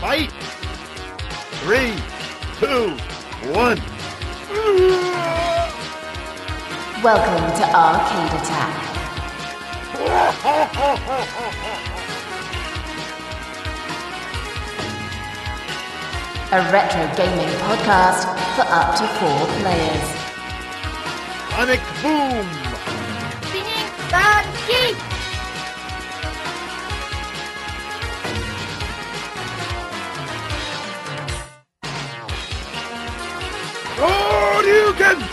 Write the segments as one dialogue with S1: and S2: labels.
S1: Fight! Three, two, one.
S2: Welcome to Arcade Attack. A retro gaming podcast for up to four players.
S1: Sonic boom! Shoryuken!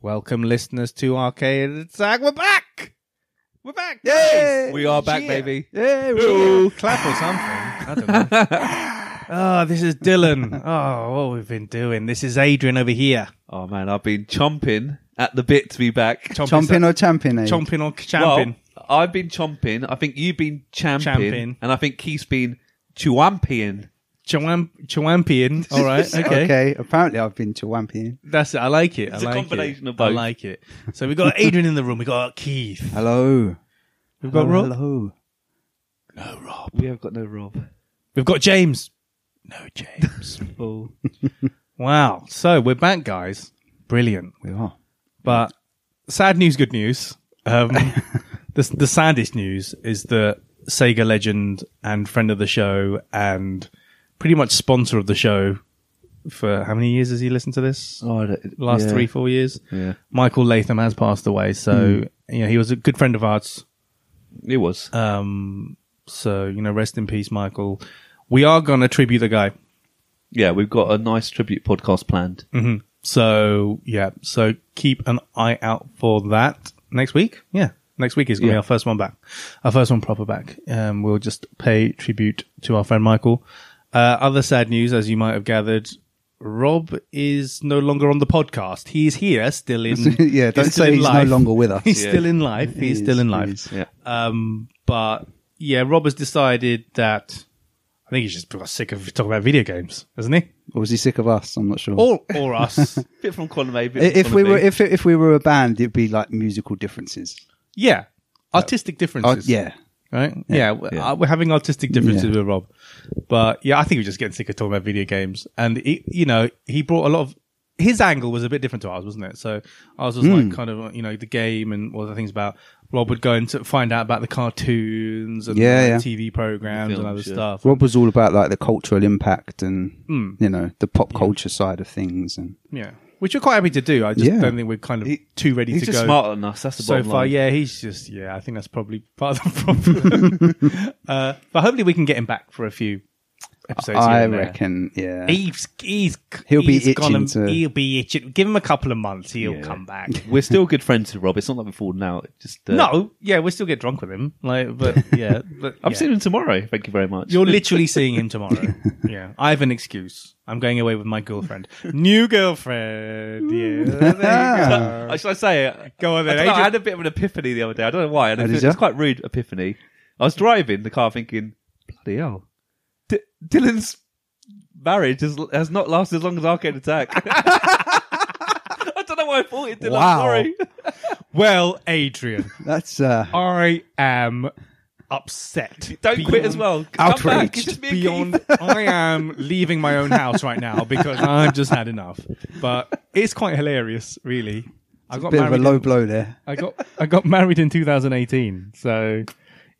S3: Welcome, listeners, to Arcade Attack. We're back. We're back.
S4: Yay!
S3: We are back,
S4: Yeah.
S3: baby.
S4: Yeah,
S3: Ooh, clap or something. I don't know. oh, this is Dylan. Oh, what we've been doing. This is Adrian over here.
S4: Oh man, I've been chomping at the bit to be back.
S5: Chomping or champing? eh?
S3: chomping or
S4: Well,
S3: champing.
S4: I've been chomping. I think you've been champing,
S3: Champing.
S4: and I think Keith's been chuamping.
S3: Chawam- Chawampian. All right. Okay.
S5: Okay, apparently I've been to Wampy.
S3: That's it. I like it.
S4: It's
S3: I
S4: a
S3: like
S4: combination
S3: it.
S4: of
S3: I
S4: both.
S3: like it. So we've got Adrian in the room. We've got Keith.
S5: Hello.
S3: We've got Rob.
S5: Oh, Hello.
S4: We have got no Rob.
S3: We've got James. No, James.
S4: Oh.
S3: wow. So we're back, guys. Brilliant.
S5: We are.
S3: But sad news, good news. Um, the, the saddest news is that Sega legend and friend of the show and pretty much sponsor of the show for how many years has he listened to this?
S4: Oh, I don't-
S3: Last
S4: yeah.
S3: three, four years.
S4: Yeah. Hmm.
S3: Michael Latham has passed away. So, you know, he was a good friend of ours.
S4: It was.
S3: Um, so, you know, rest in peace, Michael. We are going to tribute the guy.
S4: yeah, we've got a nice tribute podcast planned.
S3: So yeah, so keep an eye out for that next week. Yeah, next week is gonna be
S4: Yeah.
S3: our first one back, our first one proper back. Um, we'll just pay tribute to our friend Michael. Uh, other sad news, as you might have gathered, Rob is no longer on the podcast. He's here, still in.
S5: Yeah, don't
S3: still
S5: say
S3: in
S5: he's no
S3: life.
S5: longer with us.
S3: He's
S4: Yeah.
S3: still in life. He's
S5: He
S3: still
S5: is,
S3: in
S5: he
S3: life.
S5: is.
S4: Yeah.
S3: Um, but yeah, Rob has decided that. I think he's just got sick of talking about video games, hasn't he?
S5: Or was he sick of us? I'm not sure.
S3: Or or us.
S4: bit from column A, bit
S5: I- if
S4: from
S5: we
S4: column
S5: were
S4: B.
S5: if if we were a band, it'd be like musical differences.
S3: Yeah. Artistic
S5: Oh,
S3: differences.
S5: yeah.
S3: Right? Yeah. we're,
S4: Yeah.
S3: uh, we're having artistic differences
S5: Yeah.
S3: with Rob. But yeah, I think we're just getting sick of talking about video games. And, he, you know, he brought a lot of. His angle was a bit different to ours, wasn't it? So ours was
S5: Hmm.
S3: like kind of, you know, the game and all the things about. Rob would go and to find out about the cartoons and
S5: Yeah,
S3: like,
S5: yeah.
S3: TV programs and
S4: Films,
S3: other
S4: yeah.
S3: stuff.
S5: Rob was all about like the cultural impact and
S3: Hmm.
S5: you know the pop culture side of things, and
S3: yeah. Which we're quite happy to do. I just
S5: Yeah.
S3: don't think we're kind of
S5: He-
S3: too ready
S4: he's
S3: to
S4: just
S3: go.
S4: smarter than us. That's the
S3: so
S4: bottom
S3: far,
S4: line.
S3: yeah, he's just yeah. I think that's probably part of the problem. uh, but hopefully, we can get him back for a few episodes.
S5: I
S3: here and there.
S5: reckon, yeah,
S3: he's he's
S5: He'll be
S3: he's gonna-
S5: itching to-
S3: He'll be itching. Give him a couple of months. He'll
S4: Yeah.
S3: come back.
S4: We're still good friends with Rob. It's not like we're falling out. It's Just uh,
S3: no, yeah, we'll still get drunk with him. Like, but yeah, but
S4: I'm
S3: yeah.
S4: seeing him tomorrow. Thank you very much.
S3: You're literally seeing him tomorrow. Yeah, I have an excuse. I'm going away with my girlfriend. New girlfriend. Yeah, there you go.
S4: Uh, should I say it?
S3: Go on then,
S4: I, don't
S3: Adrian.
S4: know, I had a bit of an epiphany the other day. I don't know why. And
S5: Oh,
S4: it
S5: did
S4: was,
S5: ya?
S4: it's quite rude epiphany. I was driving the car thinking, bloody hell. D- Dylan's marriage has, has not lasted as long as Arcade Attack. I don't know why I thought it did.
S5: Wow.
S4: I'm sorry.
S3: Well, Adrian,
S5: that's uh,
S3: I am upset.
S4: Don't quit as well. Come back. It's
S5: Outraged.
S4: just me and
S3: beyond I am leaving my own house right now because I've just had enough. But it's quite hilarious, really. I got
S5: bit of a
S3: married
S5: low
S3: in,
S5: blow there.
S3: I got I got married in 2018. So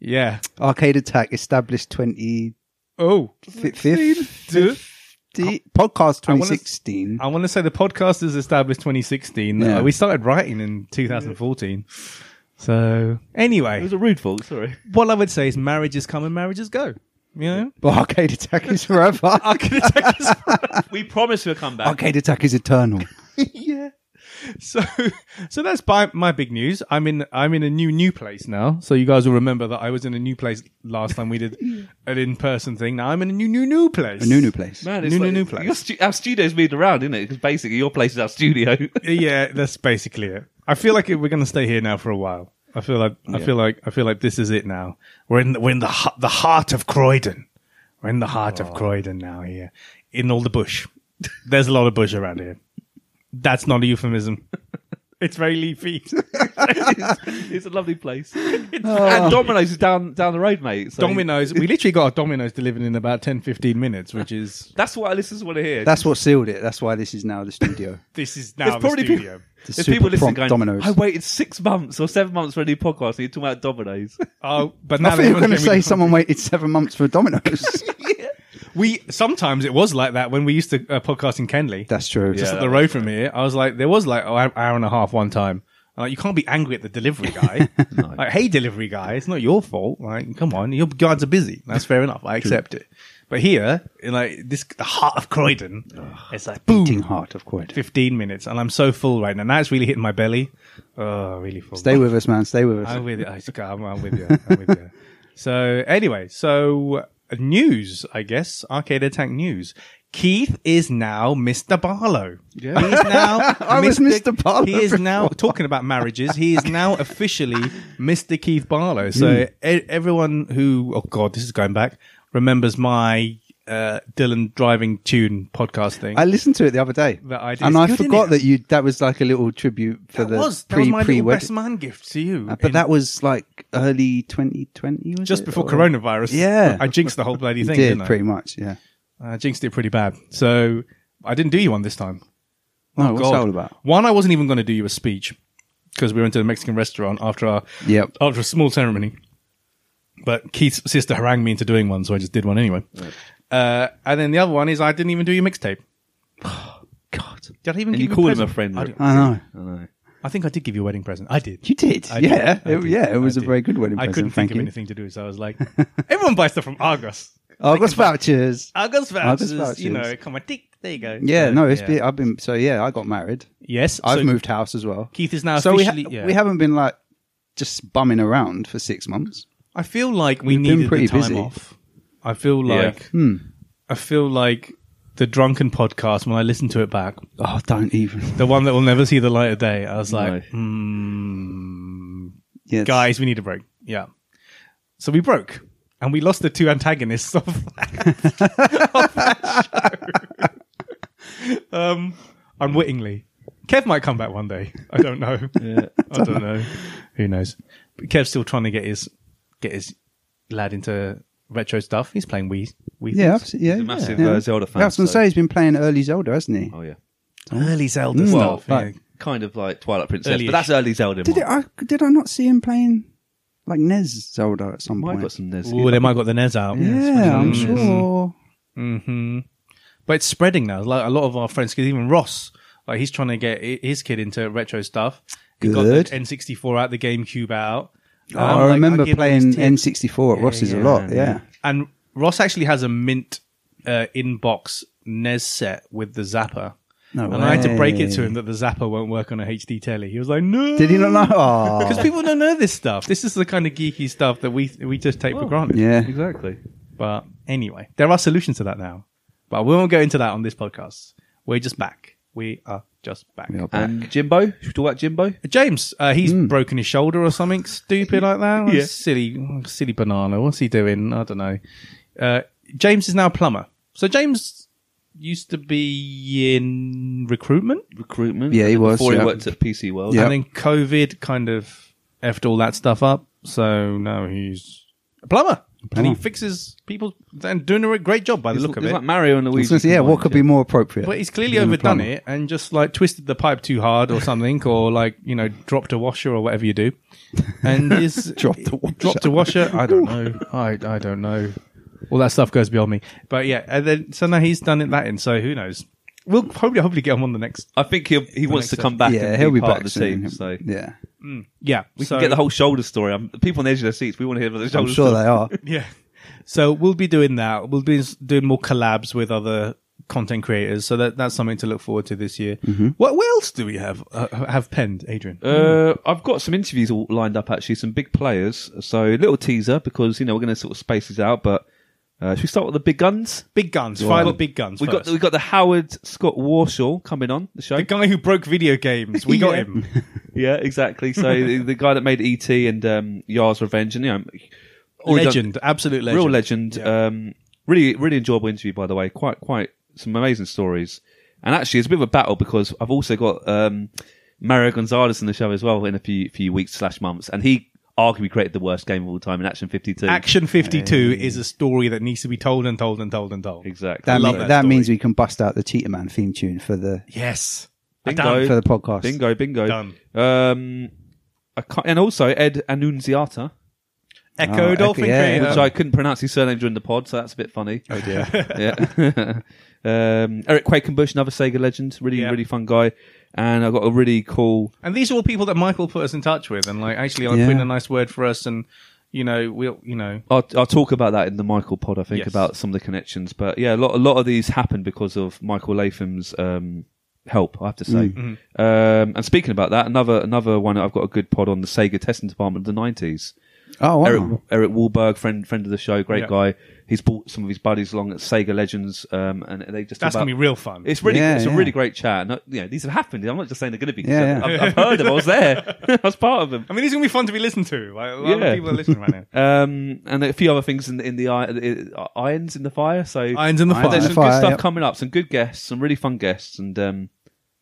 S3: yeah.
S5: Arcade Attack established twenty
S3: Oh,
S5: fifth podcast
S3: I wanna-
S5: 2016.
S3: I want to say the podcast is established 2016.
S5: Yeah.
S3: Uh, we started writing in 2014. So
S4: It
S3: anyway,
S4: was a rude fault, sorry.
S3: what I would say is marriages come and marriages go. You know,
S5: But Arcade Attack is forever.
S3: Arcade Attack is-
S4: We promise we'll come back.
S5: Arcade Attack is eternal.
S3: So, so that's by my big news. I'm in I'm in a new new place now. So you guys will remember that I was in a new place last time we did an in person thing. Now I'm in a new new new place.
S5: A new new place.
S4: Man,
S3: New, new, new place.
S4: your stu- our studio's moved around, isn't it? Because basically your place is our studio.
S3: Yeah, that's basically it. I feel like we're going to stay here now for a while. I feel like I feel like I feel like this is it now. We're in the, we're in the hu- the heart of Croydon. We're in the heart
S5: Oh.
S3: of Croydon now here, in all the bush. There's a lot of bush around here. That's not a euphemism. It's very leafy.
S4: it's, it's a lovely place. and Domino's is down down the road, mate. So
S3: Domino's. We literally got a Domino's delivered in about 10, 15 minutes, which is
S4: That's what our listeners want to hear.
S5: That's what sealed it. That's why this is now the studio.
S3: this is
S4: There's
S3: now the
S4: probably
S3: studio.
S4: people.
S5: The
S4: There's
S5: super
S4: people listening
S5: prompt
S4: going,
S5: Domino's.
S4: I waited six months or seven months for a new podcast, and you're talking about Domino's.
S3: Oh, but
S5: I
S3: now
S5: thought
S3: everyone's
S5: you were going to
S3: gonna be-
S5: say someone waited seven months for a Domino's.
S3: We sometimes it was like that when we used to uh, podcast in Kenley,
S5: That's true.
S3: just
S4: Yeah.
S3: up the road from here. I was like, there was like an hour, hour and a half one time. I'm Like, you can't be angry at the delivery guy. Like, hey, delivery guy, it's not your fault. Like, come on, your guards are busy. That's fair enough. I accept it. But here, in like this, the heart of Croydon, it's like
S5: Beating
S3: boom,
S5: heart, of course.
S3: 15 minutes, and I'm so full right now. Now it's really hitting my belly. Oh, really full.
S5: Stay with us, man. Stay with us.
S3: I'm with you. Oh, I'm, I'm with you. I'm with you. So anyway, so uh, news, I guess. Arcade Attack news. Keith is now Mr. Barlow. Yeah. He is now
S5: I was Mr. Barlow
S3: He is now
S5: before.
S3: talking about marriages. He is now officially Mr. Keith
S5: Hmm.
S3: Barlow. So e- everyone who oh god, this is going back remembers my uh, Dylan driving tune podcast thing.
S5: I listened to it the other day,
S3: That idea
S5: and
S3: is
S5: I
S3: good, isn't
S5: forgot
S3: it?
S5: that you that was like a little tribute for
S3: that
S5: the
S3: was that was
S5: pre
S3: my
S5: pre
S3: little best
S5: wedding.
S3: man gift to you.
S5: But
S3: in-
S5: that was like early 2020, was
S3: just
S5: it?
S3: before
S5: Or-
S3: coronavirus.
S5: Yeah.
S3: I jinxed the whole bloody
S5: You
S3: thing.
S5: did
S3: didn't I?
S5: pretty much, yeah.
S3: I Uh, jinxed it pretty bad. So I didn't do you one this time.
S5: Oh, what's
S3: God.
S5: that all about?
S3: One, I wasn't even going to do you a speech because we went to a Mexican restaurant after our
S5: Yep.
S3: after a small ceremony. But Keith's sister harangued me into doing one, so I just did one anyway. Uh, and then the other one is I didn't even do your mixtape.
S5: God,
S3: Did I even
S4: And
S3: give
S4: you called him
S3: present?
S4: a friend.
S3: I, don't-
S5: I know.
S3: I think I did give you a wedding present. I did.
S5: You did,
S3: I did.
S5: yeah,
S3: I
S5: it,
S3: did.
S5: yeah. It was
S3: I
S5: a
S3: did.
S5: very good wedding
S3: I
S5: present.
S3: couldn't
S5: thank
S3: think of
S5: you.
S3: anything to do, so I was like, everyone buys stuff from Argos.
S5: Oh, I've got vouchers.
S3: Argos vouchers, you know,
S5: vouchers.
S3: come on, tick, there you go.
S5: Yeah,
S3: So,
S5: no, it's
S3: yeah.
S5: been, I've been so yeah. I got married.
S3: Yes,
S5: I've
S3: so
S5: moved house as well.
S3: Keith is now
S5: so we, ha-
S3: officially. yeah.
S5: we haven't been like just bumming around for six months.
S3: I feel like we
S5: We've been
S3: needed
S5: pretty
S3: the time
S5: busy. Hmm.
S3: off. I feel
S4: Yeah.
S3: like I feel like the drunken podcast when I listen to it back,
S5: Oh, don't even.
S3: the one that will never see the light of day. I was
S4: No.
S3: like, hmm,
S5: Yes.
S3: guys, we need a break. Yeah, so we broke and we lost the two antagonists of, of that show. um, unwittingly. Kev might come back one day. I don't know. I don't know. Who knows? But Kev's still trying to get his get his lad into retro stuff. He's playing Wii. Wii
S5: Yeah,
S3: things.
S5: absolutely. Yeah,
S4: a massive,
S5: yeah.
S4: uh, Zelda fan,
S5: I was going to
S4: so-
S5: say he's been playing early Zelda, hasn't he?
S4: Oh, yeah.
S3: early Zelda
S5: Mm.
S3: stuff.
S5: Well,
S3: yeah.
S4: Kind of like Twilight Princess,
S3: Early-ish.
S4: but that's early Zelda.
S5: Did it,
S4: Mike.
S5: I did I not see him playing like NES Zelda at some
S4: Mike
S5: point?
S4: got some E Nez.
S3: Ooh, they might have got the NES out.
S5: yeah, Mm. I'm sure.
S3: hmm But it's spreading now. Like a lot of our friends, because even Ross, like he's trying to get i- his kid into retro stuff. He got the
S5: Good. Oh,
S3: N64 out, the GameCube out. And I'm
S5: I
S3: like,
S5: remember
S3: I give all
S5: playing
S3: these tips.
S5: N64 at Ross's a lot. Yeah.
S3: And Ross actually has a mint uh, inbox NES set with the Zapper.
S5: No
S3: and I had to break it to
S5: way.
S3: him that the Zapper won't work on a HD telly. He was like, no.
S5: Did he not know?
S3: Because
S5: Oh.
S3: people don't know this stuff. This is the kind of geeky stuff that we we just
S5: Oh.
S3: take for granted.
S5: yeah.
S4: Exactly.
S3: But anyway, there are solutions to that now. But we won't go into that on this podcast. We're just back. We are just back.
S5: We are back.
S4: And Jimbo? Should we talk about Jimbo?
S3: James, uh, he's broken his shoulder or something stupid like that. What a
S4: Hmm. Yeah.
S3: Silly, silly banana. What's he doing? I don't know. Uh, James is now a plumber. So James used to be in recruitment
S4: Recruitment.
S5: Yeah, he was,
S4: Before
S5: yeah.
S4: he worked at PC World.
S5: Yeah.
S3: and then COVID kind of effed all that stuff up. So now he's a plumber. And he fixes people and doing a great job by the
S4: He's,
S3: look of
S4: he's
S3: it.
S4: like Mario and Luigi.
S5: So, yeah, what could be more appropriate?
S3: But he's clearly
S5: than a
S3: overdone
S5: plumber?
S3: it and just like twisted the pipe too hard or something, or like you know dropped a washer or whatever you do, and is
S5: Dropped a washer.
S3: dropped a washer. I don't know. I I don't know. All that stuff goes beyond me. But yeah, and then so now he's done it that, and so who knows? We'll probably hopefully get him on the next.
S4: I think he'll, he wants to
S3: makes
S4: come back
S5: Yeah,
S4: and
S5: he'll be
S4: part
S5: back
S4: of the
S5: soon.
S4: team. So
S5: Yeah,
S3: Yeah,
S4: we can get the whole shoulder story. I'm, people on the edge of their seats, we want to hear about the
S5: I'm
S4: shoulder
S5: sure
S4: story.
S5: they are.
S3: Yeah. So we'll be doing that. We'll be doing more collabs with other content creators. So that that's something to look forward to this year. What, what else do we have uh, have penned, Adrian?
S4: Mm-hmm. Uh, I've got some interviews all lined up actually, some big players. So a little teaser because you know we're going to sort of space this out. But uh, should we start with the big guns?
S3: big guns. Fire the big guns.
S4: We
S3: first.
S4: got we got the Howard Scott Warshaw coming on the show.
S3: The guy who broke video games. We got
S4: Yeah.
S3: him.
S4: yeah, exactly. So the, the guy that made ET and um, Yar's Revenge, and you know, already done-
S3: legend. absolute legend.
S4: real legend. Um, really, really enjoyable interview by the way. Quite, quite some amazing stories. And actually, it's a bit of a battle because I've also got um, Mario Gonzalez in the show as well in a few few weeks slash months, and he arguably created the worst game of all time in Action 52.
S3: Action 52 is a story that needs to be told and told and told and told.
S4: Exactly.
S3: I
S5: That,
S3: love
S5: me-
S3: that
S5: that,
S3: story.
S5: means we can bust out the Cheetah Man theme tune for the
S3: Yes.
S4: Bingo.
S5: for the podcast.
S4: Bingo, bingo.
S3: Done.
S4: Um, I can't, and also Ed Annunziata,
S3: Echo
S5: Oh,
S3: Dolphin
S5: Echo, yeah,
S3: Creator.
S4: Ah, which I couldn't pronounce his surname during the pod, so that's a bit funny.
S5: Oh dear.
S4: yeah. um, Eric Quakenbush, another Sega legend, really,
S3: Yeah.
S4: really fun guy. And I got a really cool.
S3: And these are all people that Michael put us in touch with, and like actually, I'm
S5: Yeah.
S3: putting a nice word for us, and you know, we'll, you know,
S4: I'll, I'll talk about that in the Michael pod, I think,
S3: Yes.
S4: about some of the connections. But yeah, a lot, a lot of these happened because of Michael Latham's um, help, I have to say.
S5: Mm.
S3: Mm-hmm.
S4: Um, and speaking about that, another another one I've got a good pod on the Sega testing department of the 90s.
S5: Oh, wow.
S4: Eric Eric Wahlberg, friend friend of the show, great
S3: Yeah.
S4: guy. He's brought some of his buddies along at Sega Legends, um, and they just
S3: that's
S4: about,
S3: gonna be real fun.
S4: It's really,
S5: Yeah,
S4: it's a
S5: yeah.
S4: really great chat. Not, you know, these have happened. I'm not just saying they're going to be. 'cause
S5: Yeah,
S4: I've, I've heard them. I was there. I was part of them.
S3: I mean, these are gonna be fun to be listened to. Like, a lot
S4: Yeah.
S3: of people are listening right now.
S4: Um, and a few other things in, in the ir- uh, irons in the fire. So
S3: Irons in the
S5: Irons
S4: there's
S5: in
S3: fire.
S4: some good
S5: fire,
S4: stuff
S5: yep.
S4: coming up. Some good guests. Some really fun guests. And um,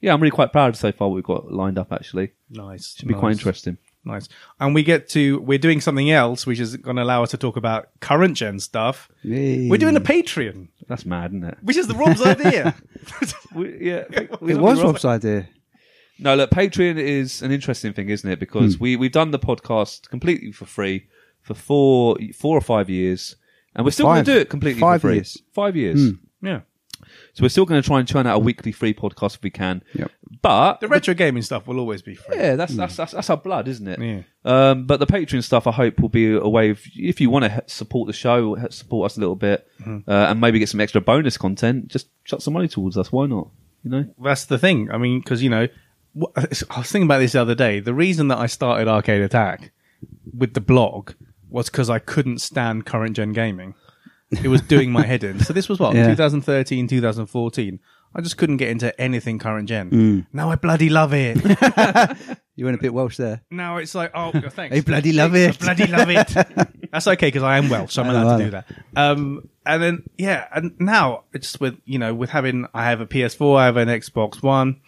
S4: yeah, I'm really quite proud so far. What we've got lined up actually.
S3: Nice,
S4: Should be quite interesting.
S3: Nice, and we get to we're doing something else, which is going to allow us to talk about current gen stuff.
S5: Yay.
S3: We're doing a Patreon,
S4: That's mad, isn't it?
S3: which is the Rob's idea.
S4: We, yeah,
S5: it was Rob's idea.
S4: No, look, Patreon is an interesting thing, isn't it? Because
S5: Hmm.
S4: we we've done the podcast completely for free for four four or five years, and we're still going
S5: Five.
S4: to do it completely
S5: Five
S4: for free.
S5: years. Hmm.
S4: Five years.
S3: yeah,
S4: So we're still going to try and churn out a weekly free podcast if we can.
S5: Yep. Hmm.
S4: But
S3: the retro gaming stuff will always be free.
S4: yeah, that's, that's that's that's our blood, isn't it?
S3: Yeah.
S4: Um, but the Patreon stuff, I hope, will be a way of if you want to support the show, he- support us a little bit,
S5: Hmm.
S4: uh, and maybe get some extra bonus content. Just chuck some money towards us. Why not? You know.
S3: that's the thing. I mean, because you know, wh- I was thinking about this the other day. The reason that I started Arcade Attack with the blog was because I couldn't stand current gen gaming. It was doing my head in. So this was what
S5: Yeah.
S3: 2013, 2014. I just couldn't get into anything current gen. Now I bloody love it.
S5: You went a bit Welsh there.
S3: now it's like, oh, thanks.
S5: I bloody love it. Oh,
S3: I bloody love it. That's okay because I am Welsh, so I'm allowed to do that. Um, and then yeah, and now it's with you know with having I have a PS4, I have an Xbox One,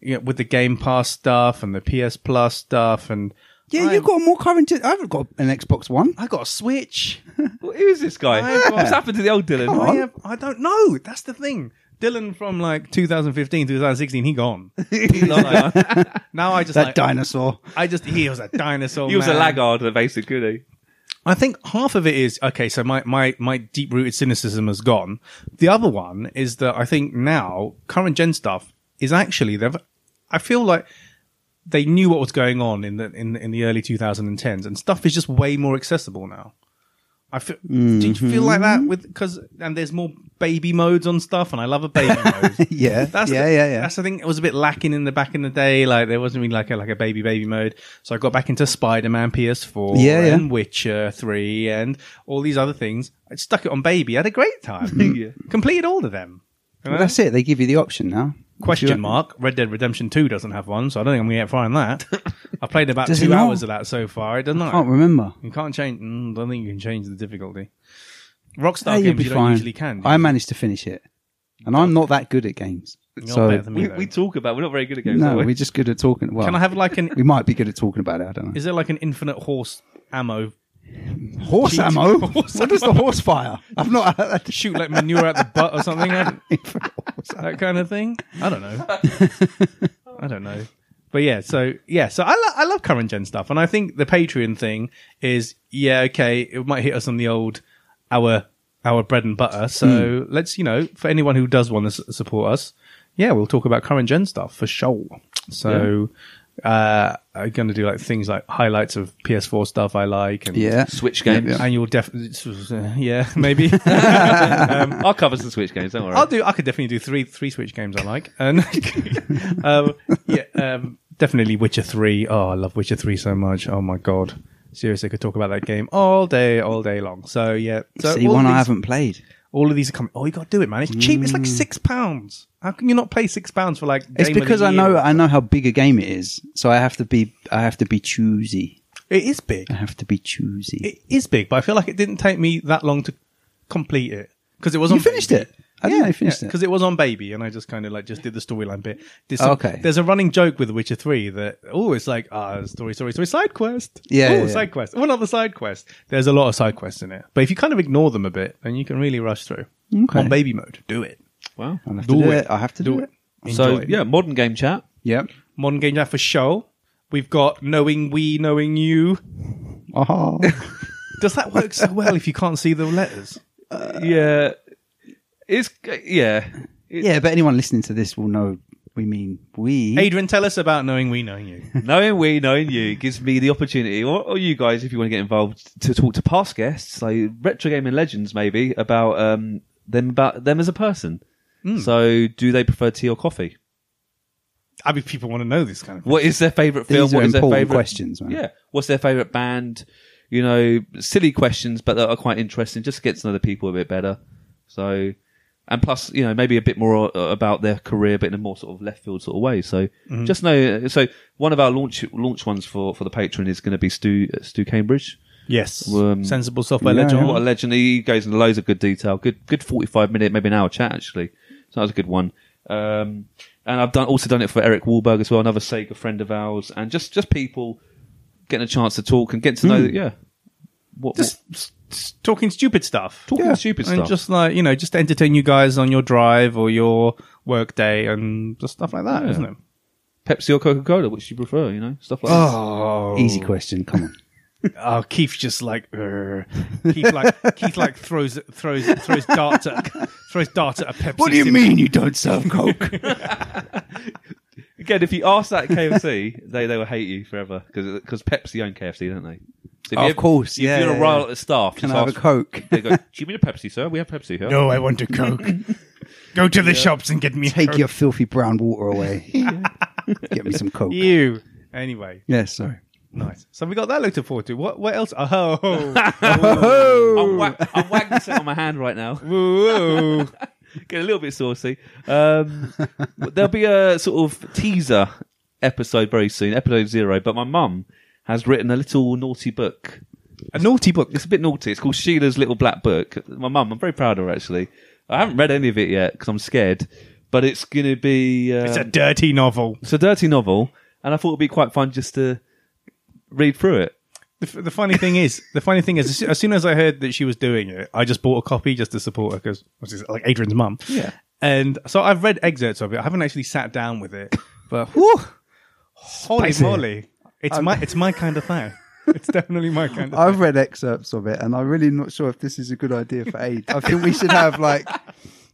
S3: you know, with the Game Pass stuff and the PS Plus stuff, and
S5: Yeah,
S3: I'm-
S5: you've got more current. I haven't got an Xbox One.
S3: I got a Switch.
S4: Well, who is this guy?
S3: I've got-
S4: What's happened to the old Dylan?
S3: I have. I don't know. That's the thing. Dylan from like 2015, 2016, he gone. He's like, now I just
S5: That
S3: like,
S5: dinosaur.
S3: I just he was a dinosaur.
S4: He was a
S3: man.
S4: laggard, basically. couldn't he?
S3: I think half of it is okay. So my my my deep rooted cynicism has gone. The other one is that I think now current gen stuff is actually they've. I feel like they knew what was going on in the in in the early 2010s, and stuff is just way more accessible now. I feel. Do you feel like
S5: Mm-hmm.
S3: that with because and there's more baby modes on stuff, and I love a baby mode.
S5: Yeah,
S3: That's
S5: yeah,
S3: the,
S5: yeah, yeah.
S3: That's the thing. It was a bit lacking in the back in the day. Like there wasn't really like a like a baby baby mode. So I got back into Spider Man PS4
S5: Yeah, yeah.
S3: and Witcher three and all these other things. I stuck it on baby. had a great time.
S4: Yeah.
S3: Completed all of them.
S5: Well, that's it. They give you the option now.
S3: Question mark. Red Dead Redemption two doesn't have one, so I don't think I'm gonna get far on that. I played about
S5: Does it
S3: two
S5: not?
S3: hours of that so far. It doesn't.
S5: Can't remember.
S3: You can't change. Mm, I don't think you can change the difficulty. Rockstar
S5: Yeah, Ah, you'll
S3: games
S5: be
S3: you don't
S5: fine.
S3: usually can. do
S5: I
S3: you?
S5: managed to finish it, and I'm not that good at games.
S3: You're
S5: So
S3: better than me,
S4: We,
S3: though.
S4: we talk about. We're not very good at games.
S5: no,
S4: are we?
S5: we're just good at talking. Well,
S3: can I have like an?
S5: we might be good at talking about it. I don't know.
S3: Is there like an infinite horse ammo
S5: Horse
S3: Cheat.
S5: ammo.
S3: Horse
S5: what is the horse fire? I've not. Heard that
S3: shoot like manure out the butt or something, I- that kind of thing. I don't know. I don't know. But yeah, so yeah, so I lo- I love current gen stuff, and I think the Patreon thing is yeah okay, it might hit us on the old our our bread and butter. So let's you know for anyone who does want to s- support us, yeah, we'll talk about current gen stuff for sure. So. Uh, I'm gonna do like things like highlights of PS4 stuff I like, and
S5: yeah.
S4: Switch games.
S5: Yeah.
S3: and you'll definitely, uh, yeah, maybe.
S4: Um, I'll cover some Switch games. Don't worry.
S3: I'll do. I could definitely do three three Switch games I like, and um, yeah, um, definitely Witcher three. Oh, I love Witcher three so much. Oh my god, seriously, I could talk about that game all day, all day long. So yeah, so
S5: See,
S3: all,
S5: one
S3: of
S5: I
S3: these,
S5: haven't played.
S3: all of these are coming. Oh, you got to do it, man. It's cheap. It's like six pounds. How can you not pay six pounds for like? game
S5: It's
S3: of the
S5: because I
S3: year?
S5: know I know how big a game it is, so I have to be I have to be choosy.
S3: it is big.
S5: I have to be choosy.
S3: It is big, but I feel like it didn't take me that long to complete it because it was
S5: you
S3: on
S5: finished
S3: baby.
S5: it. I didn't know you finished it.
S3: because it was on Baby, and I just kind of like just did the storyline bit. Did some-
S5: Oh, Okay.
S3: There's a running joke with The Witcher Three that oh, it's like ah, story, story, story, side quest.
S5: Yeah,
S3: oh,
S5: yeah, yeah.
S3: side quest. One other side quest. There's a lot of side quests in it, but if you kind of ignore them a bit, then you can really rush through.
S5: Okay.
S3: On Baby mode, do it.
S4: Wow.
S5: I'll have to
S3: Do
S5: do
S3: it.
S5: it. I have to do, it.
S4: So
S3: Enjoy.
S4: yeah, modern game chat.
S5: Yep.
S3: Modern game jam for show. We've got knowing we, knowing you.
S5: Oh,
S3: Does that work so well if you can't see the letters?
S4: yeah, it's yeah. It-
S5: yeah, but anyone listening to this will know we mean we.
S3: Adrian, tell us about knowing we, knowing you.
S4: knowing we, knowing you gives me the opportunity, or, or you guys, if you want to get involved, to talk to past guests, like retro gaming legends, maybe about um, them about them as a person. So, do they prefer tea or coffee?
S3: I mean, people want to know this kind of.
S4: What is their favorite film?
S5: These are
S4: What is their
S5: important
S4: favorite
S5: questions, man.
S4: Yeah, what's their favorite band? You know, silly questions, but that are quite interesting. Just to get to know the people a bit better. So, and plus, you know, maybe a bit more uh, about their career, but in a more sort of left field sort of way. So,
S5: Mm-hmm.
S4: just know. So, one of our launch launch ones for for the patron is going to be Stu Stu Cambridge.
S3: Yes.
S4: Um,
S3: Sensible software
S5: yeah,
S3: legend.
S5: yeah.
S4: What a legend! He goes into loads of good detail. Good, good forty-five minute, maybe an hour chat actually. So that was a good one. Um, and I've done also done it for Eric Wahlberg as well, another Sega friend of ours, and just just people getting a chance to talk and get to know.
S5: Hmm.
S4: Yeah, what,
S3: Just s- s- talking stupid stuff.
S4: what- talking
S5: yeah.
S4: stupid
S3: and
S4: stuff.
S3: just like you know, just entertain you guys on your drive or your work day and just stuff like that,
S4: Yeah.
S3: not it?
S4: Pepsi or Coca Cola, which you prefer? You know, stuff like
S5: Ah.
S4: that.
S3: Oh,
S5: Easy question. Come on.
S3: Oh, Keith just like "Urgh." Keith like Keith like throws throws throws dart at throws dart at a Pepsi. sim-
S5: you don't serve Coke?
S4: Again, if you ask that at KFC, they they will hate you forever because Pepsi own KFC, don't they? So if you
S5: Of
S4: ever-
S5: course,
S4: if
S5: yeah,
S4: you're
S5: yeah,
S4: a rile
S5: yeah.
S4: at the staff,
S5: Can
S4: just
S5: I have a
S4: ask-
S5: Coke?
S4: They go, "Do you mean a Pepsi, sir? We have Pepsi here."
S3: No, I want a Coke. Go to the shops and get me a
S5: Take
S3: Coke.
S5: your filthy brown water away. Get me some Coke. Yeah,
S3: Ew. Anyway,
S5: sorry.
S3: nice. So we got that looked forward to. What what else? Oh,
S4: I'm, wag- I'm wagging this out on my hand right now.
S3: whoa.
S4: Get a little bit saucy. Um, there'll be a sort of teaser episode very soon, episode zero. But my mum has written a little naughty book.
S3: a naughty book.
S4: It's a bit naughty. It's called Sheila's Little Black Book. My mum, I'm very proud of her actually. I haven't read any of it yet because I'm scared. But it's going to be. Um,
S3: It's a dirty novel.
S4: it's a dirty novel, and I thought it'd be quite fun just to read through it.
S3: The, f- the funny thing is, the funny thing is, as soo- as soon as I heard that she was doing it, I just bought a copy just to support her because like Adrian's mum.
S4: Yeah.
S3: And so I've read excerpts of it. I haven't actually sat down with it, but whew, holy
S5: Spicy.
S3: moly, it's
S4: Um,
S3: my it's my kind of thing. It's definitely my kind of.
S4: Oh,
S5: I've read excerpts of it, and I'm really not sure if this is a good idea for Aid. I think we should have like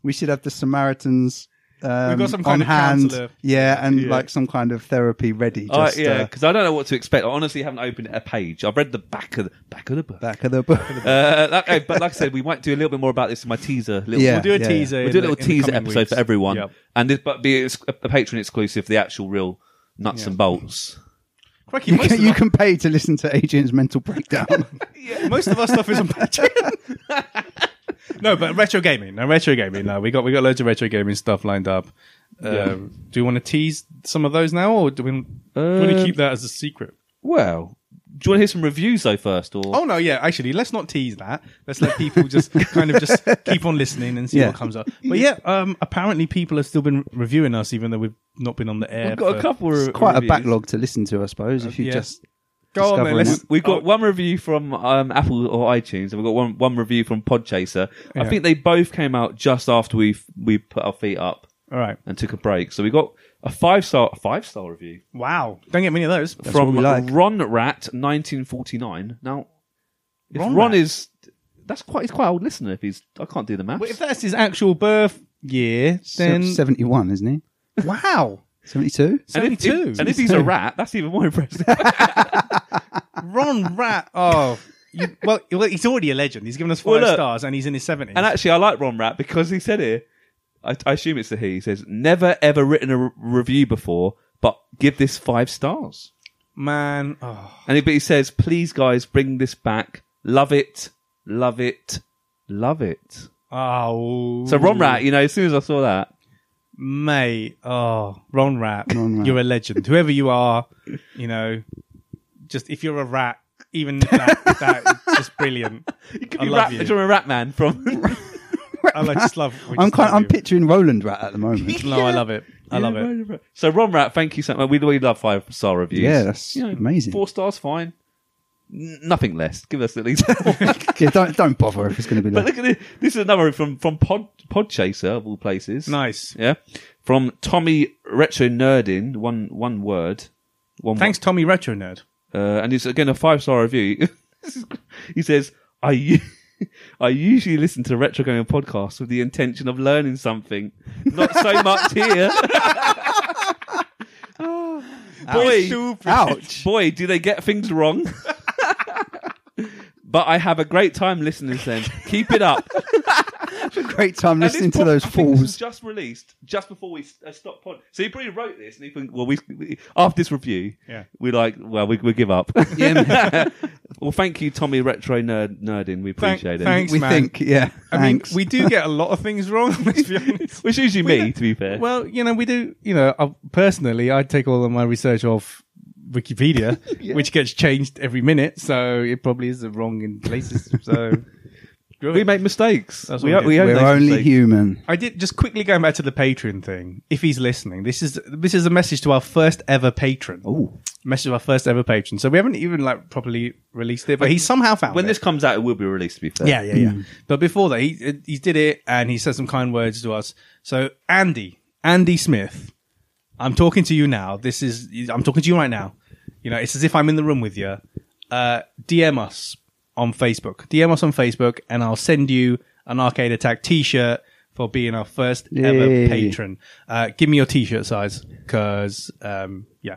S5: we should have the Samaritans. Um,
S3: We've got some
S5: on
S3: kind of
S5: hand,
S3: counselor. Oh,
S5: yeah, and like some kind of therapy ready.
S4: Uh,
S5: Just,
S4: yeah,
S5: uh,
S4: because I don't know what to expect. I honestly haven't opened a page. I've read the back of the back of the book.
S5: back of the book.
S4: Uh, like- uh, but like I said, we might do a little bit more about this in my teaser. Little,
S5: Yeah.
S3: we'll do a
S5: yeah.
S3: teaser.
S4: We'll
S3: in
S4: do a
S3: the-
S4: little
S3: in the
S4: teaser
S3: coming
S4: episode
S3: weeks.
S4: for everyone,
S3: Yep.
S4: and this, but be ex- a patron exclusive, the actual real nuts and bolts.
S3: Crikey,
S5: you
S3: most,
S5: can,
S3: of
S5: you
S3: our-
S5: can pay to listen to Adrian's mental breakdown.
S3: most of our stuff is on Patreon. no, but retro gaming. No retro gaming. No, we got we got loads of retro gaming stuff lined up. Um, Do you want to tease some of those now, or do we, do we want to
S4: Um,
S3: keep that as a secret?
S4: Well, do you want to hear some reviews though first, or
S3: Oh no, yeah. Actually, let's not tease that. Let's let people just kind of just keep on listening and see
S5: Yeah.
S3: what comes up. But yeah, um, apparently people have still been reviewing us, even though we've not been on the air.
S4: we've got
S3: for-
S4: a couple. Of
S5: Quite a
S4: reviews.
S5: backlog to listen to, I suppose. If you
S3: yeah.
S5: just
S3: Go on then.
S5: discovering
S3: Let's,
S4: We've got one review from um, Apple or iTunes, and we've got one one review from Podchaser. I
S3: Yeah.
S4: think they both came out just after we we put our feet up
S3: all right.
S4: and took a break. So we got a five star five star review
S3: Wow. Don't get many of those.
S4: from
S5: what we like.
S4: Ron Rat nineteen forty nine. Now, if
S3: Ron
S4: Ron,
S3: Rat?
S4: is that's quite he's quite an old listener. If he's I can't do the maths.
S3: Well, if that's his actual birth year, then
S5: seventy-one, isn't he?
S3: wow.
S5: Seventy-two.
S4: and if,
S3: 72.
S4: if- and if he's a rat, that's even more impressive.
S3: Ron Rat. Oh. You, well, well, he's already a legend. He's given us
S4: Well,
S3: five
S4: look.
S3: stars, and he's in his seventies.
S4: and actually, I like Ron Rat because he said here. I, I assume it's the he. He says never ever written a re- review before, but give this five stars.
S3: Man, oh.
S4: And he, but he says, please, guys, bring this back. Love it, love it, love it.
S3: oh,
S4: So Ron Rat, you know, as soon as I saw that,
S3: mate. Oh, Ron Rat,
S5: Rat.
S3: you're a legend. Whoever you are, you know, just if you're a rat, even that, that is just brilliant.
S4: you could
S3: I
S4: be
S3: love
S4: rat,
S3: you.
S4: do you remember Rat Man from.
S3: I like just love. we
S5: I'm
S3: just
S5: kind.
S3: love
S5: I'm
S3: you.
S5: picturing Roland Rat at the moment.
S3: No, I love it. I love it.
S4: So Ron Rat, thank you so much. We, we love five star reviews.
S5: Yeah, that's amazing.
S4: Four stars, fine. N- nothing less. Give us at least.
S5: yeah, don't don't bother if it's going to be.
S4: But
S5: Like,
S4: look at this. This is another from from Pod Podchaser of all places.
S3: Nice.
S4: Yeah. From Tommy Retro Nerdin. One one word. One
S3: Thanks,
S4: word.
S3: Tommy Retro Nerd.
S4: Uh, and it's again a five star review. This is- he says, "I u- I usually listen to retro gaming podcasts with the intention of learning something. Not so much here." Ah. Boy,
S5: ouch!
S4: boy, do they get things wrong. but I have a great time listening to them. Keep it up.
S5: Great time
S4: And this
S5: listening to
S4: pod-
S5: those
S4: I think this was
S5: fools.
S4: just released just before we uh, stopped pod. So he probably wrote this, and he think, well, we, we after this review,
S3: Yeah.
S4: we're like, well, we we give up. well, thank you, Tommy Retro Nerd Nerdin. We
S3: Thank-
S4: appreciate it.
S3: thanks.
S5: We
S3: man.
S5: think, yeah.
S3: I mean,
S5: thanks.
S3: we do get a lot of things wrong. Let's be honest.
S4: Which usually
S3: We
S4: me,
S3: don't-
S4: to be fair.
S3: Well, you know, we do. You know, I, personally, I take all of my research off Wikipedia, which gets changed every minute, so it probably is wrong in places. So
S4: we make mistakes.
S3: That's
S4: we
S3: what
S4: o-
S3: we
S4: we
S3: do.
S4: own
S5: We're
S4: those
S5: only
S4: mistakes.
S5: human.
S3: I did just quickly going back to the Patreon thing. If he's listening, this is this is a message to our first ever patron.
S4: Ooh.
S3: Message to our first ever patron. So we haven't even like properly released it, but he somehow found
S4: When
S3: it.
S4: this comes out, it will be released. To be fair,
S3: Yeah, yeah, yeah. But before that, he he did it and he said some kind words to us. So Andy, Andy Smith, I'm talking to you now. This is I'm talking to you right now. You know, it's as if I'm in the room with you. Uh, DM us on Facebook. DM us on Facebook, and I'll send you an Arcade Attack T-shirt for being our first
S5: Yay.
S3: ever patron. Uh, give me your T-shirt size, because um, yeah,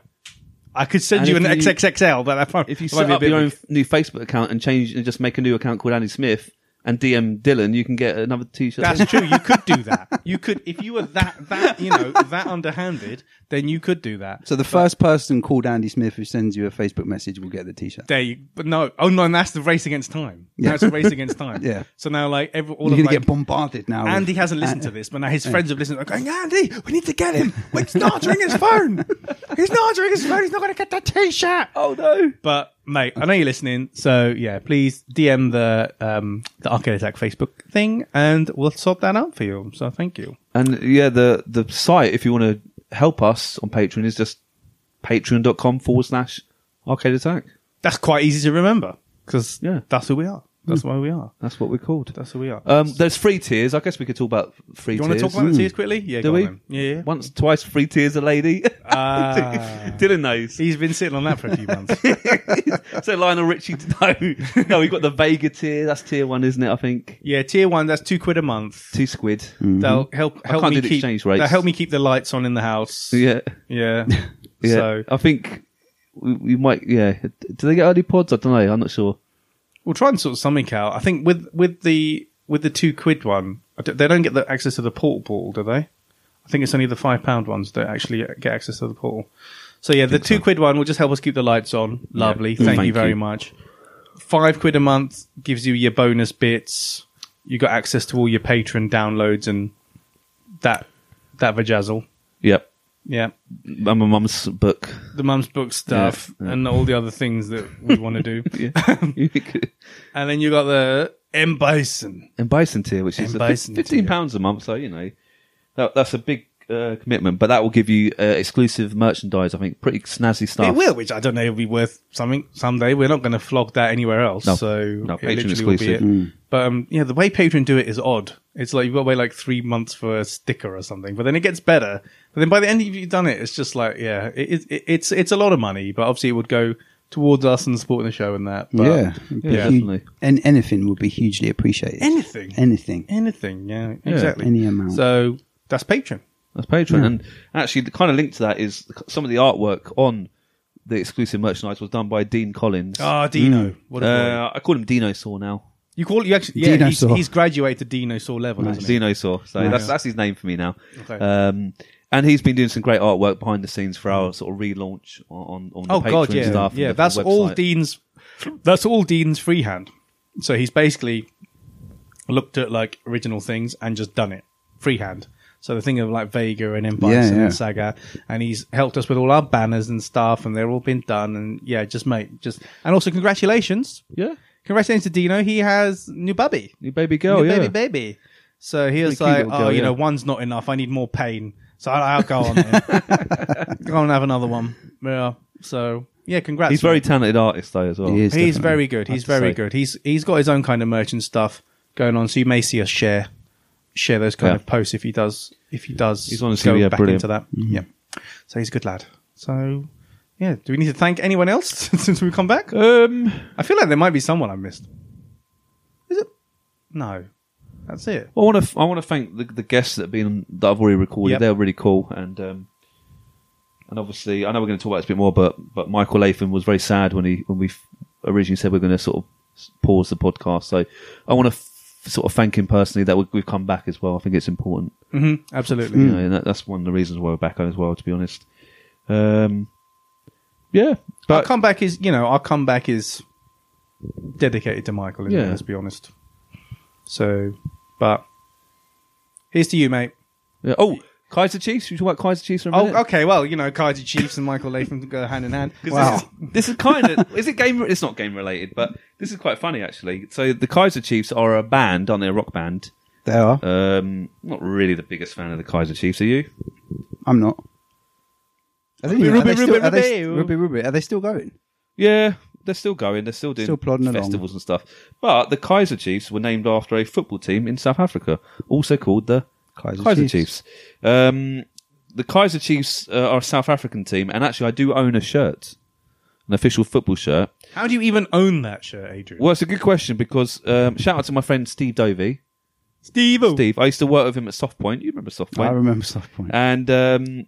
S3: I could send
S4: And
S3: you
S4: if
S3: an
S4: you-
S3: XXXL, but that probably
S4: If you
S3: that might
S4: set
S3: be a
S4: up
S3: bit
S4: your own
S3: weak.
S4: f- new Facebook account and change and just make a new account called Andy Smith and DM Dylan, you can get another T-shirt.
S3: That's true. You could do that. You could, if you were that that you know that underhanded, then you could do that.
S5: So the first person called Andy Smith who sends you a Facebook message will get the T-shirt.
S3: there you, but no, oh no, and that's the race against time. That's the race against time.
S5: Yeah.
S3: So now, like, every, all
S5: You're
S3: of
S5: going
S3: like,
S5: to get bombarded now. with-
S3: Andy hasn't listened to this, but now his friends have listened. They're going, Andy, we need to get him. He's not answering his phone. He's not answering his phone. He's not going to get that T-shirt.
S4: Oh no!
S3: But mate, I know you're listening, so yeah, please DM the um, the Arcade Attack Facebook thing, and we'll sort that out for you. So thank you.
S4: And yeah, the the site if you want to help us on Patreon is just patreon.com forward slash arcade attack.
S3: that's quite easy to remember because
S4: Yeah.
S3: that's who we are. That's why we are.
S4: That's what we're called.
S3: That's who we are.
S4: Um, there's three tiers. I guess we could talk about three
S3: you want to
S4: tiers.
S3: talk about the tears quickly? Yeah,
S4: Do
S3: go
S4: we?
S3: on then. Yeah, yeah.
S4: Once, twice, three tiers a lady.
S3: Ah.
S4: Dylan knows.
S3: He's been sitting on that for a few months.
S4: so Lionel Richie, no, no, we've got the Vega tier. That's tier one, isn't it? I think
S3: yeah, tier one. That's two quid a month.
S4: two squid.
S3: They'll help help me
S4: can't do the
S3: keep
S4: exchange rates.
S3: they'll help me keep the lights on in the house.
S4: Yeah,
S3: yeah.
S4: yeah.
S3: So
S4: I think we, we might. Yeah, do they get early pods? I don't know. I'm not sure.
S3: we'll try and sort something out. I think with with the with the two quid one, I don't- they don't get the access to the portal portal, do they? I think it's only the five pound ones that actually get access to the portal. So yeah, the two quid one will just help us keep the lights on. Lovely, thank,
S4: Mm, Thank
S3: you very
S4: you.
S3: much. Five quid a month gives you your bonus bits. You got access to all your patron downloads and that that vajazzle.
S4: Yep,
S3: Yeah,
S4: and my mum's book.
S3: the mum's book stuff
S4: Yeah, yeah.
S3: and all the other things that we want to do.
S4: and
S3: And then you got the M Bison.
S4: bison tier, which is
S3: And
S4: a fif-
S3: bison tier.
S4: fifteen pounds a month. So you know that, that's a big uh, commitment, but that will give you uh, exclusive merchandise. I think pretty snazzy stuff.
S3: It will, which I don't know will be worth something someday. We're not going to flog that anywhere else.
S4: No.
S3: So
S4: No,
S3: it
S4: Patreon
S3: literally will be
S4: exclusive.
S3: it.
S5: Mm.
S3: But um, yeah, the way Patreon do it is odd. It's like you've got to wait like three months for a sticker or something, but then it gets better. But then by the end of you've done it, it's just like yeah, it, it, it's it's a lot of money, but obviously it would go towards us and supporting the show and that. But
S5: yeah,
S4: Yeah,
S5: You-
S4: definitely.
S5: And anything would be hugely appreciated.
S3: Anything.
S5: anything.
S3: anything, yeah, exactly.
S5: any amount.
S3: So that's Patreon.
S4: That's Patreon. And actually, the kind of link to that is some of the artwork on the exclusive merchandise was done by Dean Collins.
S3: Ah, Dino, what a boy.
S4: Uh, I call him Dinosaur now.
S3: you call you actually yeah, he's,
S5: Dinosaur.
S3: he's graduated dinosaur level, hasn't he?
S4: Dinosaur. So that's, that's his name for me now.
S3: Okay.
S4: Um, and he's been doing some great artwork behind the scenes for our sort of relaunch on, on, on the
S3: Oh
S4: Patreon
S3: God, yeah,
S4: stuff. and
S3: yeah.
S4: the-
S3: That's
S4: the
S3: all
S4: website.
S3: Dean's. That's all Dean's freehand. So he's basically looked at like original things and just done it freehand. So the thing of like Vega and Empire
S5: Yeah, yeah.
S3: and Saga, and he's helped us with all our banners and stuff, and they're all been done. And yeah, just mate, just and also congratulations,
S4: Yeah.
S3: congratulations to Dino. He has new baby,
S4: New baby girl,
S3: new
S4: yeah.
S3: baby baby. So he was
S5: Pretty cute
S3: like,
S5: little
S3: "Oh,
S5: girl,
S3: you
S5: yeah.
S3: know, one's not enough. I need more pain. So I'll, I'll go on, then. go and have another one." Yeah. So yeah, congrats.
S4: He's
S3: man.
S4: very talented artist though as well.
S5: He is.
S3: He's
S5: definitely,
S3: very good.
S4: I have
S3: He's
S4: to
S3: very
S4: say.
S3: good. He's he's got his own kind of merchant stuff going on. So you may see us share share those kind
S4: Yeah.
S3: of posts if he does if he does
S4: He's on his
S3: go
S4: CV, yeah,
S3: back
S4: brilliant. Mm-hmm.
S3: into that. Yeah. So he's a good lad. So yeah, do we need to thank anyone else since we come back?
S4: Um,
S3: I feel like there might be someone I missed. Is it? No, that's it.
S4: I want to f- I want to thank the, the guests that have been that I've already recorded.
S3: Yep.
S4: They're really cool, and um, and obviously I know we're going to talk about this a bit more, but but Michael Latham was very sad when he when we f- originally said we are going to sort of s- pause the podcast. So I want to f- sort of thank him personally that we, we've come back as well. I think it's important.
S3: hmm absolutely.
S4: You know, and that, that's one of the reasons why we're back on as well. To be honest, um, yeah,
S3: our
S4: but
S3: comeback is, you know, our comeback is dedicated to Michael. Isn't
S4: Yeah.
S3: it, let's be honest. So, but here's to you, mate.
S4: yeah. oh Kaiser Chiefs, you talk about Kaiser Chiefs for a minute.
S3: Oh, okay. Well, you know, Kaiser Chiefs and Michael Latham go hand in hand.
S4: 'Cause
S5: Wow.
S4: This is, this is kind of is it game? It's not game related, but this is quite funny actually. So the Kaiser Chiefs are a band, aren't they? A rock band.
S5: They are.
S4: Um, not really the biggest fan of the Kaiser Chiefs, are you?
S5: I'm not. Are they,
S4: Ruby,
S5: are they
S4: Ruby,
S5: still, are
S4: Ruby,
S5: they, st-
S4: Ruby.
S5: Ruby, Ruby, Are they still going?
S4: Yeah, they're still going. They're still doing
S5: Still plodding along.
S4: festivals and stuff. But the Kaiser Chiefs were named after a football team in South Africa, also called the
S5: Kaiser
S4: Kaiser,
S5: Chiefs.
S4: Chiefs. Um, the Kaiser Chiefs uh, are a South African team, and actually, I do own a shirt, an official football shirt.
S3: How do you even own that shirt, Adrian?
S4: Well, it's a good question because um, shout out to my friend Steve Dovey.
S3: Steve?
S4: Steve. I used to work with him at Soft Point. You remember Soft
S5: I
S4: Point?
S5: remember Soft Point.
S4: And um,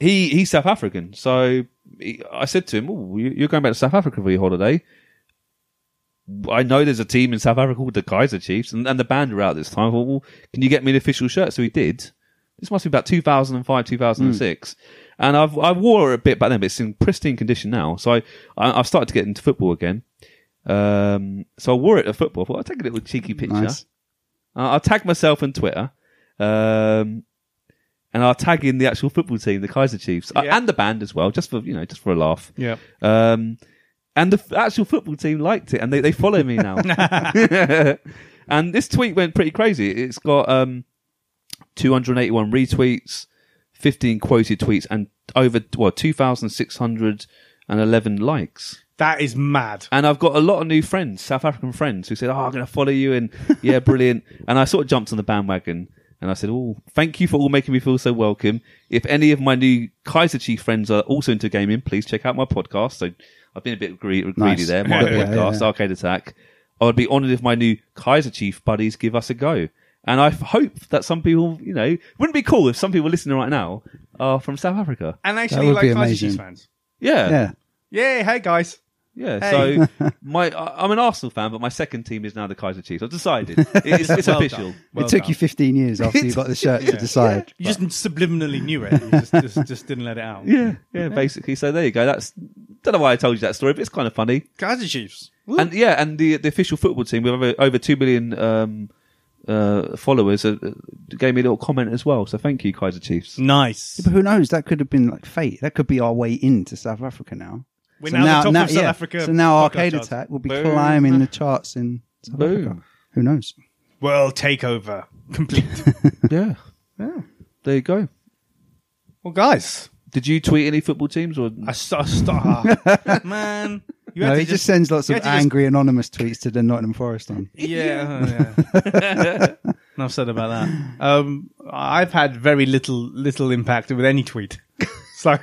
S4: he he's South African. So he, I said to him, oh, you- "You're going back to South Africa for your holiday." I know there's a team in South Africa called the Kaiser Chiefs, and, and the band were out this time. I thought, well, can you get me an official shirt? So he did. This must be about 2005, 2006.
S5: Hmm.
S4: And I've, I wore it a bit back then, but it's in pristine condition now. So I, I, I've started to get into football again. Um, so I wore it at football. I thought, I'll take a little cheeky picture.
S5: Nice.
S4: Uh, I'll tag myself on Twitter, um, and I'll tag in the actual football team, the Kaiser Chiefs, uh,
S3: Yeah.
S4: and the band as well, just for you know, just for a laugh.
S3: Yeah.
S4: Um, and the f- actual football team liked it, and they, they follow me now. and this tweet went pretty crazy. It's got um, 281 retweets, 15 quoted tweets, and over well 2,611 likes.
S3: That is mad.
S4: And I've got a lot of new friends, South African friends, who said, "Oh, I'm going to follow you," and yeah, brilliant. And I sort of jumped on the bandwagon, and I said, "Oh, thank you for all making me feel so welcome." If any of my new Kaiser Chief friends are also into gaming, please check out my podcast. So I've been a bit gre- greedy
S5: Nice.
S4: there. My
S5: Yeah,
S4: podcast,
S5: yeah.
S4: Arcade Attack. I would be honoured if my new Kaiser Chief buddies give us a go. And I f- hope that some people, you know, wouldn't it be cool if some people listening right now are from South Africa.
S3: And actually,
S5: would be
S3: like Kaiser
S5: amazing.
S3: Chiefs fans.
S4: Yeah.
S5: Yeah.
S3: Yeah. Hey, guys.
S4: Yeah,
S3: Hey.
S4: so my I- I'm an Arsenal fan, but my second team is now the Kaiser Chiefs. I've decided it's, it's
S3: Well
S4: official.
S3: done. Well
S5: it took
S3: done.
S5: you 15 years after you got the shirt to decide.
S3: You just subliminally knew it. You just, just, just didn't let it out.
S4: Yeah, yeah, basically. So there you go. That's don't know why I told you that story, but it's kind of funny.
S3: Kaiser Chiefs.
S4: And yeah, and the the official football team with over, over two million um, uh, followers uh, uh, gave me a little comment as well. So thank you, Kaiser Chiefs.
S3: Nice.
S5: But who knows? That could have been like fate. That could be our way into South Africa now.
S3: We're now the top of South Africa
S5: So now
S3: podcast
S5: Arcade
S3: charts.
S5: Attack will be
S4: Boom.
S5: climbing the charts in South
S4: Boom.
S5: Africa. Who knows?
S3: World takeover complete.
S4: yeah,
S3: yeah.
S4: there you go.
S3: Well, guys,
S4: Did you tweet any football teams or?
S3: I st- st- man. You had
S5: No,
S3: to
S5: he just, sends lots
S3: you
S5: of
S3: had to just-
S5: angry anonymous tweets to the Nottingham Forest on.
S3: Yeah, oh, yeah. enough said about that. Um, I've had very little little impact with any tweet. So,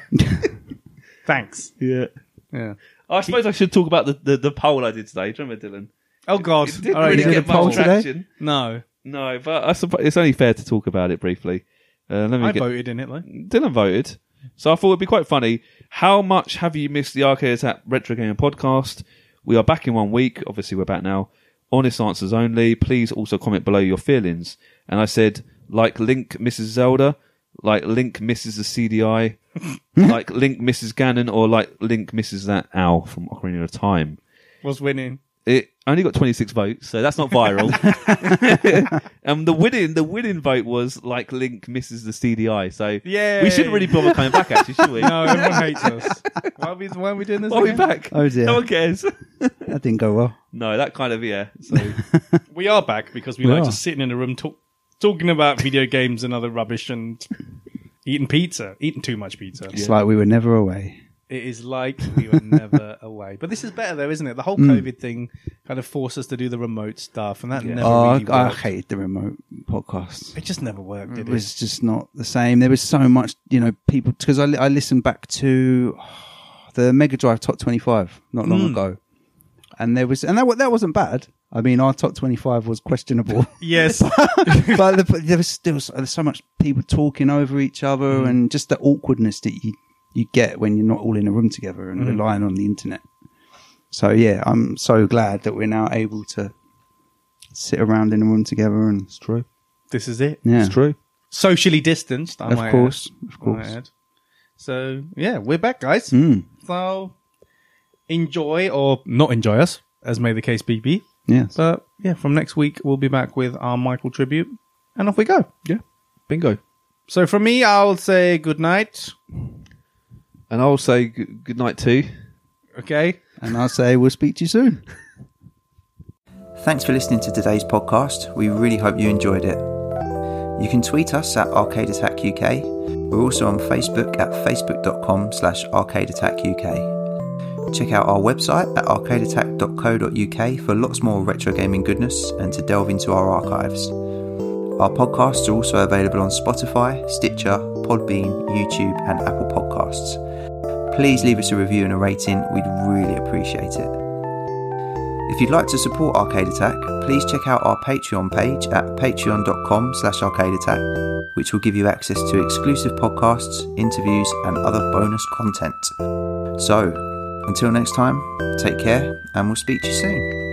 S3: thanks.
S4: yeah.
S3: Yeah.
S4: I suppose I should talk about the, the, the poll I did today. Do you remember, Dylan?
S3: Oh God.
S4: It didn't
S3: All right,
S4: really
S3: yeah.
S5: did a
S4: get
S5: poll
S4: much
S5: today?
S4: traction.
S3: no,
S4: No, but I suppose it's only fair to talk about it briefly. Uh, let me
S3: I
S4: get,
S3: voted in it though.
S4: Dylan voted, so I thought it'd be quite funny. How much have you missed the Arcade Attack Retro Gaming Podcast? We are back in one week. Obviously, we're back now. Honest answers only. Please also comment below your feelings. And I said, like Link, Mrs. Zelda, like Link, Mrs. the CDI, like Link, Mrs. Ganon, or like Link, Mrs. that owl from Ocarina of Time
S3: Was winning.
S4: it only got 26 votes, so that's not viral. um, the winning, the winning vote was like Link misses the CDI, so
S3: Yay.
S4: we shouldn't really bother coming back, actually, should we?
S3: No, everyone hates us. Why are we, why are we doing this?
S4: Are we
S3: again?
S4: back?
S5: Oh, dear.
S4: No one cares.
S5: That didn't go well.
S4: no, that kind of yeah. So
S3: We are back because we
S5: We
S3: like
S5: are.
S3: just sitting in a room talk, talking about video games and other rubbish and eating pizza, eating too much pizza.
S5: It's like we were never away.
S3: It is like we were never away. But this is better though, isn't it? The whole
S5: Hmm.
S3: COVID thing kind of forced us to do the remote stuff, and that never
S5: Oh,
S3: really worked.
S5: I, I hated the remote podcast.
S3: it just never worked. Did
S5: It
S3: it
S5: was just not the same. There was so much, you know, people because I, li- I listened back to the Mega Drive Top 25 not
S4: Hmm.
S5: long ago, and there was and that wa- that wasn't bad. I mean, our Top 25 was questionable.
S3: yes,
S5: but the, there was still so, there's so much people talking over each other
S4: Hmm.
S5: and just the awkwardness that you you get when you're not all in a room together
S4: Hmm.
S5: and relying on the internet. So yeah, I'm so glad that we're now able to sit around in a room together and
S4: It's true.
S3: this is it.
S5: yeah,
S4: It's true.
S3: Socially distanced, I
S5: of
S3: might
S5: course, of
S3: add. I might
S5: course.
S3: add. So yeah, we're back, guys.
S5: Mm,
S3: So enjoy or not enjoy us, as may the case be. be.
S5: yes.
S3: But yeah, from next week we'll be back with our Michael tribute, and off we go.
S4: Yeah. Bingo.
S3: So from me, I'll say good night.
S4: And I'll say g- good night too.
S3: Okay.
S5: And I'll say we'll speak to you soon.
S6: Thanks for listening to today's podcast. We really hope you enjoyed it. You can tweet us at Arcade Attack UK. We're also on Facebook at facebook.com slash Arcade Attack UK. Check out our website at arcadeattack.co.uk for lots more retro gaming goodness and to delve into our archives. Our podcasts are also available on Spotify, Stitcher, Podbean, YouTube, and Apple Podcasts. Please leave us a review and a rating, we'd really appreciate it. If you'd like to support Arcade Attack, please check out our Patreon page at patreon.com slash arcadeattack, which will give you access to exclusive podcasts, interviews and other bonus content. So, until next time, take care and we'll speak to you soon.